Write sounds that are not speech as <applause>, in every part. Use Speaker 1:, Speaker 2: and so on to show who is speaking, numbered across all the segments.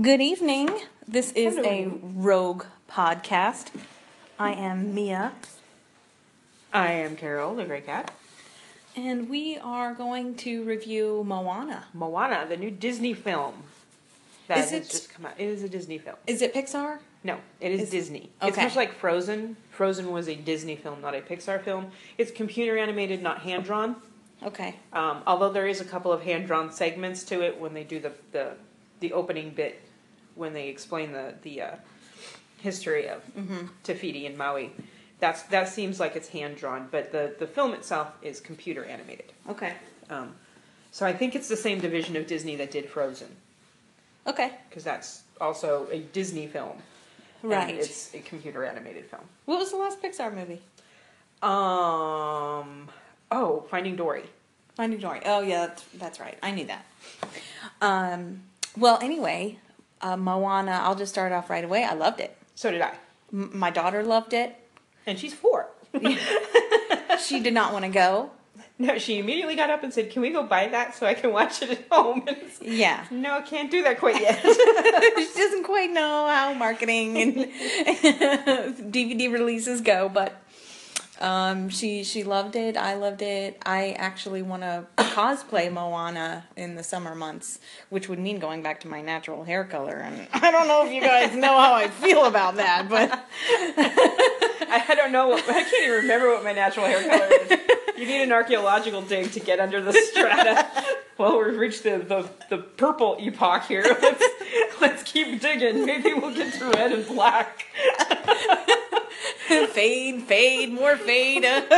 Speaker 1: Good evening. This is a
Speaker 2: Hello.
Speaker 1: rogue podcast. I am Mia,
Speaker 2: I am Carol, the Grey Cat.
Speaker 1: and we are going to review Moana.
Speaker 2: Moana, the new Disney film that
Speaker 1: Is
Speaker 2: has
Speaker 1: it-
Speaker 2: just come out. It is a Disney film.
Speaker 1: Is it Pixar?
Speaker 2: No, it is
Speaker 1: Is-
Speaker 2: Disney. It's
Speaker 1: okay.
Speaker 2: much like Frozen. Frozen was a Disney film, not a Pixar film. It's computer animated, not hand drawn.
Speaker 1: Okay.
Speaker 2: Um, although there is a couple of hand drawn segments to it when they do the, the the opening bit when they explain the the uh, history of
Speaker 1: Mm-hmm.
Speaker 2: Tafiti and Maui. That's that seems like it's hand drawn, but the the film itself is computer animated.
Speaker 1: Okay.
Speaker 2: Um, so I think it's the same division of Disney that did Frozen,
Speaker 1: Okay.
Speaker 2: because that's also a Disney film. and
Speaker 1: Right.
Speaker 2: it's a computer animated film.
Speaker 1: What was the last Pixar movie?
Speaker 2: Um. Oh, Finding Dory.
Speaker 1: Finding Dory. Oh yeah, that's, that's right. I knew that. Um. Well, anyway, uh, Moana. I'll just start off right away. I loved it.
Speaker 2: So did I.
Speaker 1: M- my daughter loved it.
Speaker 2: And she's four.
Speaker 1: She did not want to go.
Speaker 2: No, she immediately got up and said, "Can we go buy that so I can watch it at home?" <laughs> And it's,
Speaker 1: Yeah.
Speaker 2: no, can't do that quite yet.
Speaker 1: she doesn't quite know how marketing and <laughs> DVD releases go, but um, she she loved it. I loved it. I actually want to cosplay Moana in the summer months, which would mean going back to my natural hair color. And <laughs> I don't know if you guys know how I feel about that, but <laughs>
Speaker 2: <laughs> I, I don't know. What, I can't even remember what my natural hair color is. You need an archaeological dig to get under the strata. well, we've reached the, the, the purple epoch here. Let's, let's keep digging. Maybe we'll get to red and black.
Speaker 1: fade, fade, more fade. <laughs>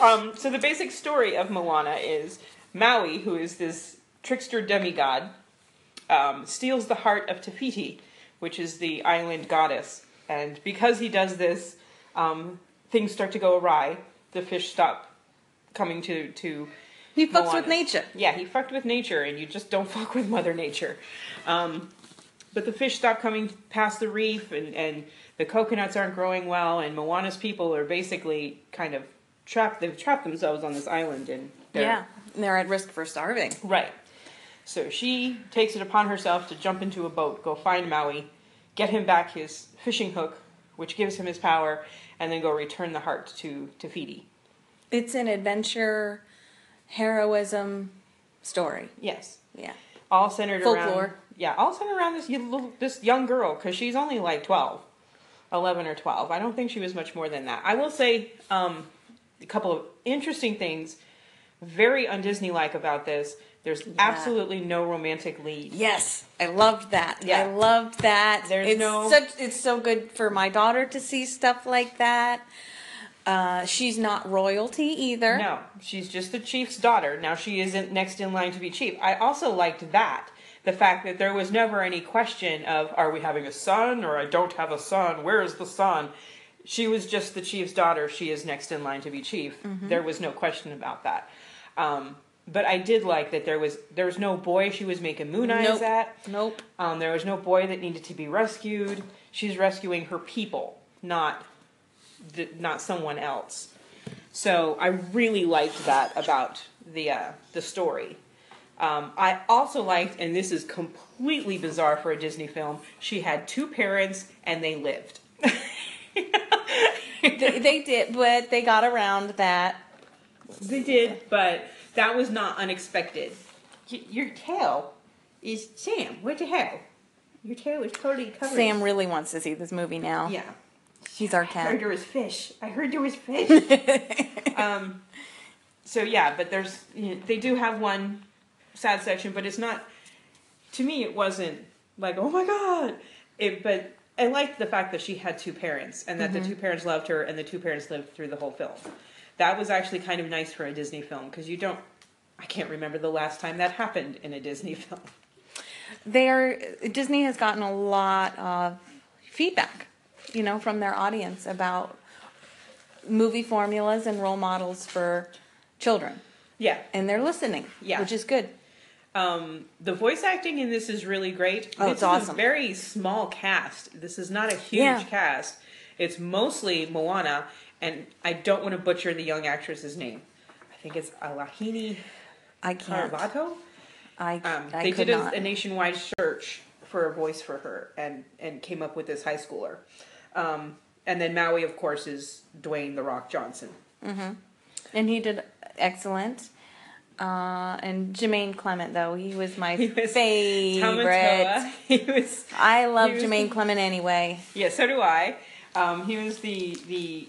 Speaker 2: Um, so the basic story of Moana is Maui, who is this trickster demigod, um, steals the heart of Tafiti, which is the island goddess. And because he does this, um, things start to go awry. The fish stop coming to to.
Speaker 1: he fucks
Speaker 2: Moana.
Speaker 1: with nature.
Speaker 2: Yeah, he fucked with nature, and you just don't <laughs> fuck with Mother Nature. Um, but the fish stop coming past the reef, and, and the coconuts aren't growing well, and Moana's people are basically kind of trapped. They've trapped themselves on this island, and they're,
Speaker 1: Yeah, they're at risk for starving.
Speaker 2: right. So she takes it upon herself to jump into a boat, go find Maui, get him back his fishing hook, which gives him his power, and then go return the heart to Tafiti.
Speaker 1: It's an adventure, heroism story.
Speaker 2: Yes.
Speaker 1: Yeah.
Speaker 2: all centered around
Speaker 1: Folklore.
Speaker 2: yeah all centered around this y- little this young girl because she's only like 12 11 or 12 i don't think she was much more than that i will say um, a couple of interesting things very undisney like about this there's absolutely no romantic lead
Speaker 1: Yes, I loved that.
Speaker 2: Yeah.
Speaker 1: I loved that.
Speaker 2: There's
Speaker 1: it's
Speaker 2: no-
Speaker 1: such, it's so good for my daughter to see stuff like that. Uh, she's not royalty either.
Speaker 2: no she's just the chief's daughter now she isn't next in line to be chief i also liked that the fact that there was never any question of are we having a son or i don't have a son where is the son she was just the chief's daughter she is next in line to be chief there was no question about that um, but i did like that there was there was no boy she was making moon eyes
Speaker 1: Nope.
Speaker 2: at
Speaker 1: Nope.
Speaker 2: um, there was no boy that needed to be rescued. She's rescuing her people, not th- not someone else. So I really liked that about the uh, the story. Um, I also liked, and this is completely bizarre for a Disney film. She had two parents, and they lived. <laughs>
Speaker 1: They, they did, but they got around that.
Speaker 2: They did, but that was not unexpected. Y- your tail is Sam. What the hell? Your tail is totally covered.
Speaker 1: Sam really wants to see this movie now.
Speaker 2: Oh, Yeah.
Speaker 1: She's our
Speaker 2: I heard
Speaker 1: cat.
Speaker 2: there was fish. I heard there was fish. um, so yeah, but there's you know, they do have one sad section, but it's not. To me, it wasn't like oh my god. It, but I liked the fact that she had two parents and that the two parents loved her and the two parents lived through the whole film. That was actually kind of nice for a Disney film because you don't. I can't remember the last time that happened in a Disney <laughs> film.
Speaker 1: They're, Disney has gotten a lot of feedback, you know, from their audience about movie formulas and role models for children.
Speaker 2: Yeah,
Speaker 1: And they're listening,
Speaker 2: Yeah.
Speaker 1: which is good.
Speaker 2: Um, the voice acting in this is really great.
Speaker 1: Oh,
Speaker 2: this
Speaker 1: it's
Speaker 2: is
Speaker 1: awesome.
Speaker 2: a very small cast. This is not a huge
Speaker 1: Yeah.
Speaker 2: cast. It's mostly Moana, and I don't want to butcher the young actress's name. I think it's Alahini
Speaker 1: I can't.
Speaker 2: Caravato.
Speaker 1: I,
Speaker 2: Um,
Speaker 1: I
Speaker 2: they
Speaker 1: could
Speaker 2: did a,
Speaker 1: not.
Speaker 2: a nationwide search for a voice for her and and came up with this high schooler. Um, and then Maui, of course, is Dwayne the Rock Johnson.
Speaker 1: And he did excellent. Uh, and Jermaine Clement, though, he was my
Speaker 2: He was
Speaker 1: favorite.
Speaker 2: Tamatoa. <laughs> He was
Speaker 1: I love
Speaker 2: He was <laughs>
Speaker 1: Jermaine Clement anyway.
Speaker 2: yeah. So do I. Um, he was the the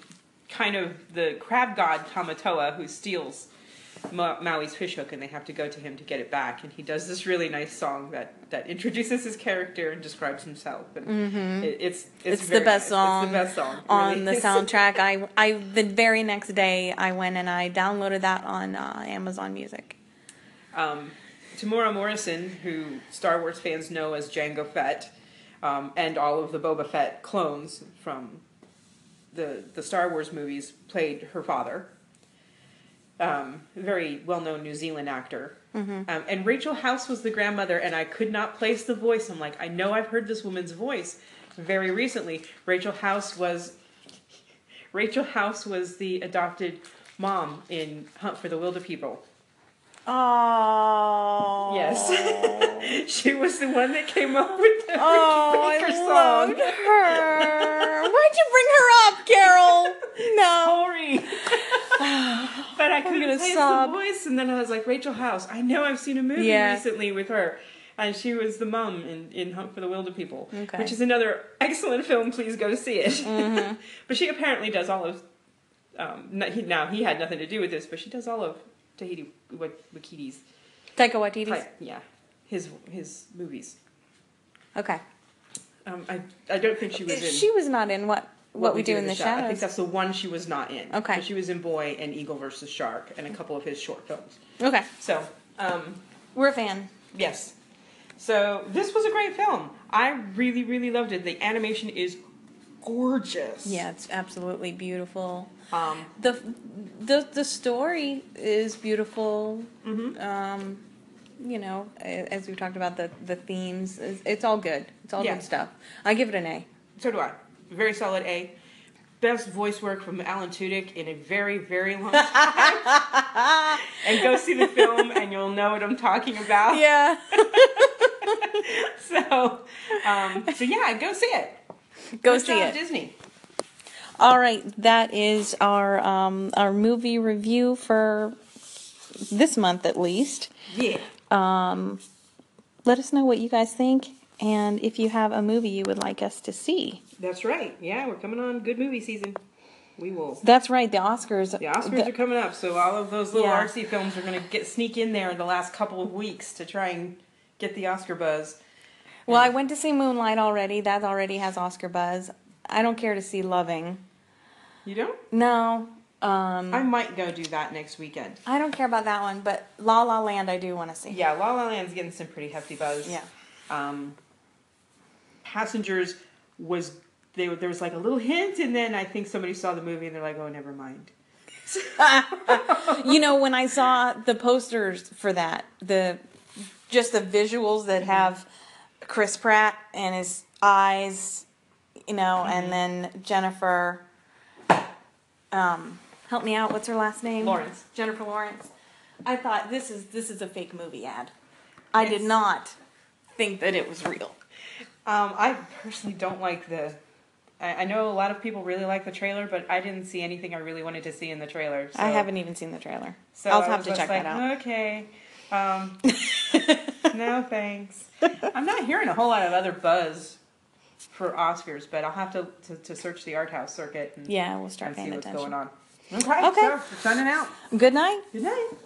Speaker 2: kind of the crab god Tamatoa who steals Ma- Maui's fishhook, and they have to go to him to get it back. And he does this really nice song that that introduces his character and describes himself. And it- it's, it's
Speaker 1: Mm-hmm. It's, the
Speaker 2: very
Speaker 1: best
Speaker 2: nice.
Speaker 1: song,
Speaker 2: It's the best song
Speaker 1: on the
Speaker 2: <laughs> really.
Speaker 1: soundtrack. I, I the very next day I went and I downloaded that on uh, Amazon Music.
Speaker 2: Um, Tamora Morrison, who Star Wars fans know as Jango Fett, um, and all of the Boba Fett clones from the the Star Wars movies, played her father. Um, very well known New Zealand actor. Um, and Rachel House was the grandmother, and I could not place the voice. I'm like, I know I've heard this woman's voice very recently. Rachel House was Rachel House was the adopted mom in Hunt for the Wilder People.
Speaker 1: Oh
Speaker 2: <laughs> Yes. she was the one that came up with the
Speaker 1: Oh,
Speaker 2: Ricky
Speaker 1: I
Speaker 2: Baker
Speaker 1: loved
Speaker 2: song. <laughs>
Speaker 1: her. Why'd you bring her up, Carol? No.
Speaker 2: <laughs> Sorry. but I couldn't
Speaker 1: gonna
Speaker 2: place
Speaker 1: sob.
Speaker 2: the voice and then I was like, Rachel House, I know I've seen a movie
Speaker 1: Yeah.
Speaker 2: recently with her. And she was the mum in, in Hunt for the Wilder People,
Speaker 1: Okay.
Speaker 2: which is another excellent film. Please go see it. <laughs> but she apparently does all of. Um, no- he- now he had nothing to do with this, but she does all of Tahiti Wak- Wakiti's,
Speaker 1: Taika Waititi's.
Speaker 2: yeah, his his movies.
Speaker 1: Okay.
Speaker 2: Um, I I don't think she was in.
Speaker 1: She was not in what what, we, do in the,
Speaker 2: I think
Speaker 1: shadows.
Speaker 2: that's the one she was not in.
Speaker 1: Okay.
Speaker 2: But she was in Boy and Eagle versus Shark and a couple of his short films.
Speaker 1: Okay,
Speaker 2: So, um,
Speaker 1: we're a fan.
Speaker 2: yes. So this was a great film. I really, really loved it. The animation is gorgeous.
Speaker 1: Yeah, it's absolutely beautiful.
Speaker 2: Um,
Speaker 1: the the the story is beautiful. Um, you know, a- as we talked about the the themes, it's, it's all good. It's all
Speaker 2: Yeah.
Speaker 1: good stuff. I give it an A.
Speaker 2: so do I. Very solid A. Best voice work from Alan Tudyk in a very,
Speaker 1: <laughs>
Speaker 2: very long time. and go see the film, and you'll know what I'm talking about.
Speaker 1: <laughs> Yeah,
Speaker 2: <laughs> So, um, so yeah, go see it.
Speaker 1: <laughs> go
Speaker 2: Good
Speaker 1: see
Speaker 2: job,
Speaker 1: it.
Speaker 2: Disney.
Speaker 1: All right, that is our um, our movie review for this month at least.
Speaker 2: Yeah.
Speaker 1: Um, let us know what you guys think, and if you have a movie you would like us to see.
Speaker 2: That's right. Yeah, we're coming on good movie season. We will.
Speaker 1: That's right, the Oscars.
Speaker 2: The Oscars
Speaker 1: the-
Speaker 2: are coming up, so all of those little
Speaker 1: Yeah.
Speaker 2: RC films are going to get sneak in there in the last couple of weeks to try and get the Oscar buzz.
Speaker 1: Well, I went to see Moonlight already. That already has Oscar buzz. I don't care to see Loving.
Speaker 2: You don't?
Speaker 1: No, um,
Speaker 2: I might go do that next weekend.
Speaker 1: I don't care about that one. But La La Land, I do want to see.
Speaker 2: Yeah, La La Land's getting some pretty hefty buzz.
Speaker 1: Yeah.
Speaker 2: Um, Passengers was they, were- there was like a little hint, and then I think somebody saw the movie and they're like, oh, never mind.
Speaker 1: you know, when I saw the posters for that, the just the visuals that have Chris Pratt and his eyes, you know, and then Jennifer. Um, help me out. What's her last name?
Speaker 2: Lawrence.
Speaker 1: Jennifer Lawrence. I thought this is this is a fake movie ad. I did
Speaker 2: It's-
Speaker 1: not think that it was real.
Speaker 2: Um, I personally don't like the. I, I know a lot of people really like the trailer, but I didn't see anything I really wanted to see in the trailer. So,
Speaker 1: I haven't even seen the trailer.
Speaker 2: So
Speaker 1: I'll
Speaker 2: I
Speaker 1: have
Speaker 2: was
Speaker 1: to
Speaker 2: just
Speaker 1: check
Speaker 2: like,
Speaker 1: that out.
Speaker 2: Okay.
Speaker 1: <laughs>
Speaker 2: Um, no thanks. I'm not hearing a whole lot of other buzz for Oscars, but I'll have to to, to search the art house circuit and,
Speaker 1: Yeah, we'll start
Speaker 2: and see
Speaker 1: paying
Speaker 2: what's
Speaker 1: attention.
Speaker 2: going on. Okay.
Speaker 1: Okay.
Speaker 2: So, we're signing out.
Speaker 1: Good night.
Speaker 2: Good night.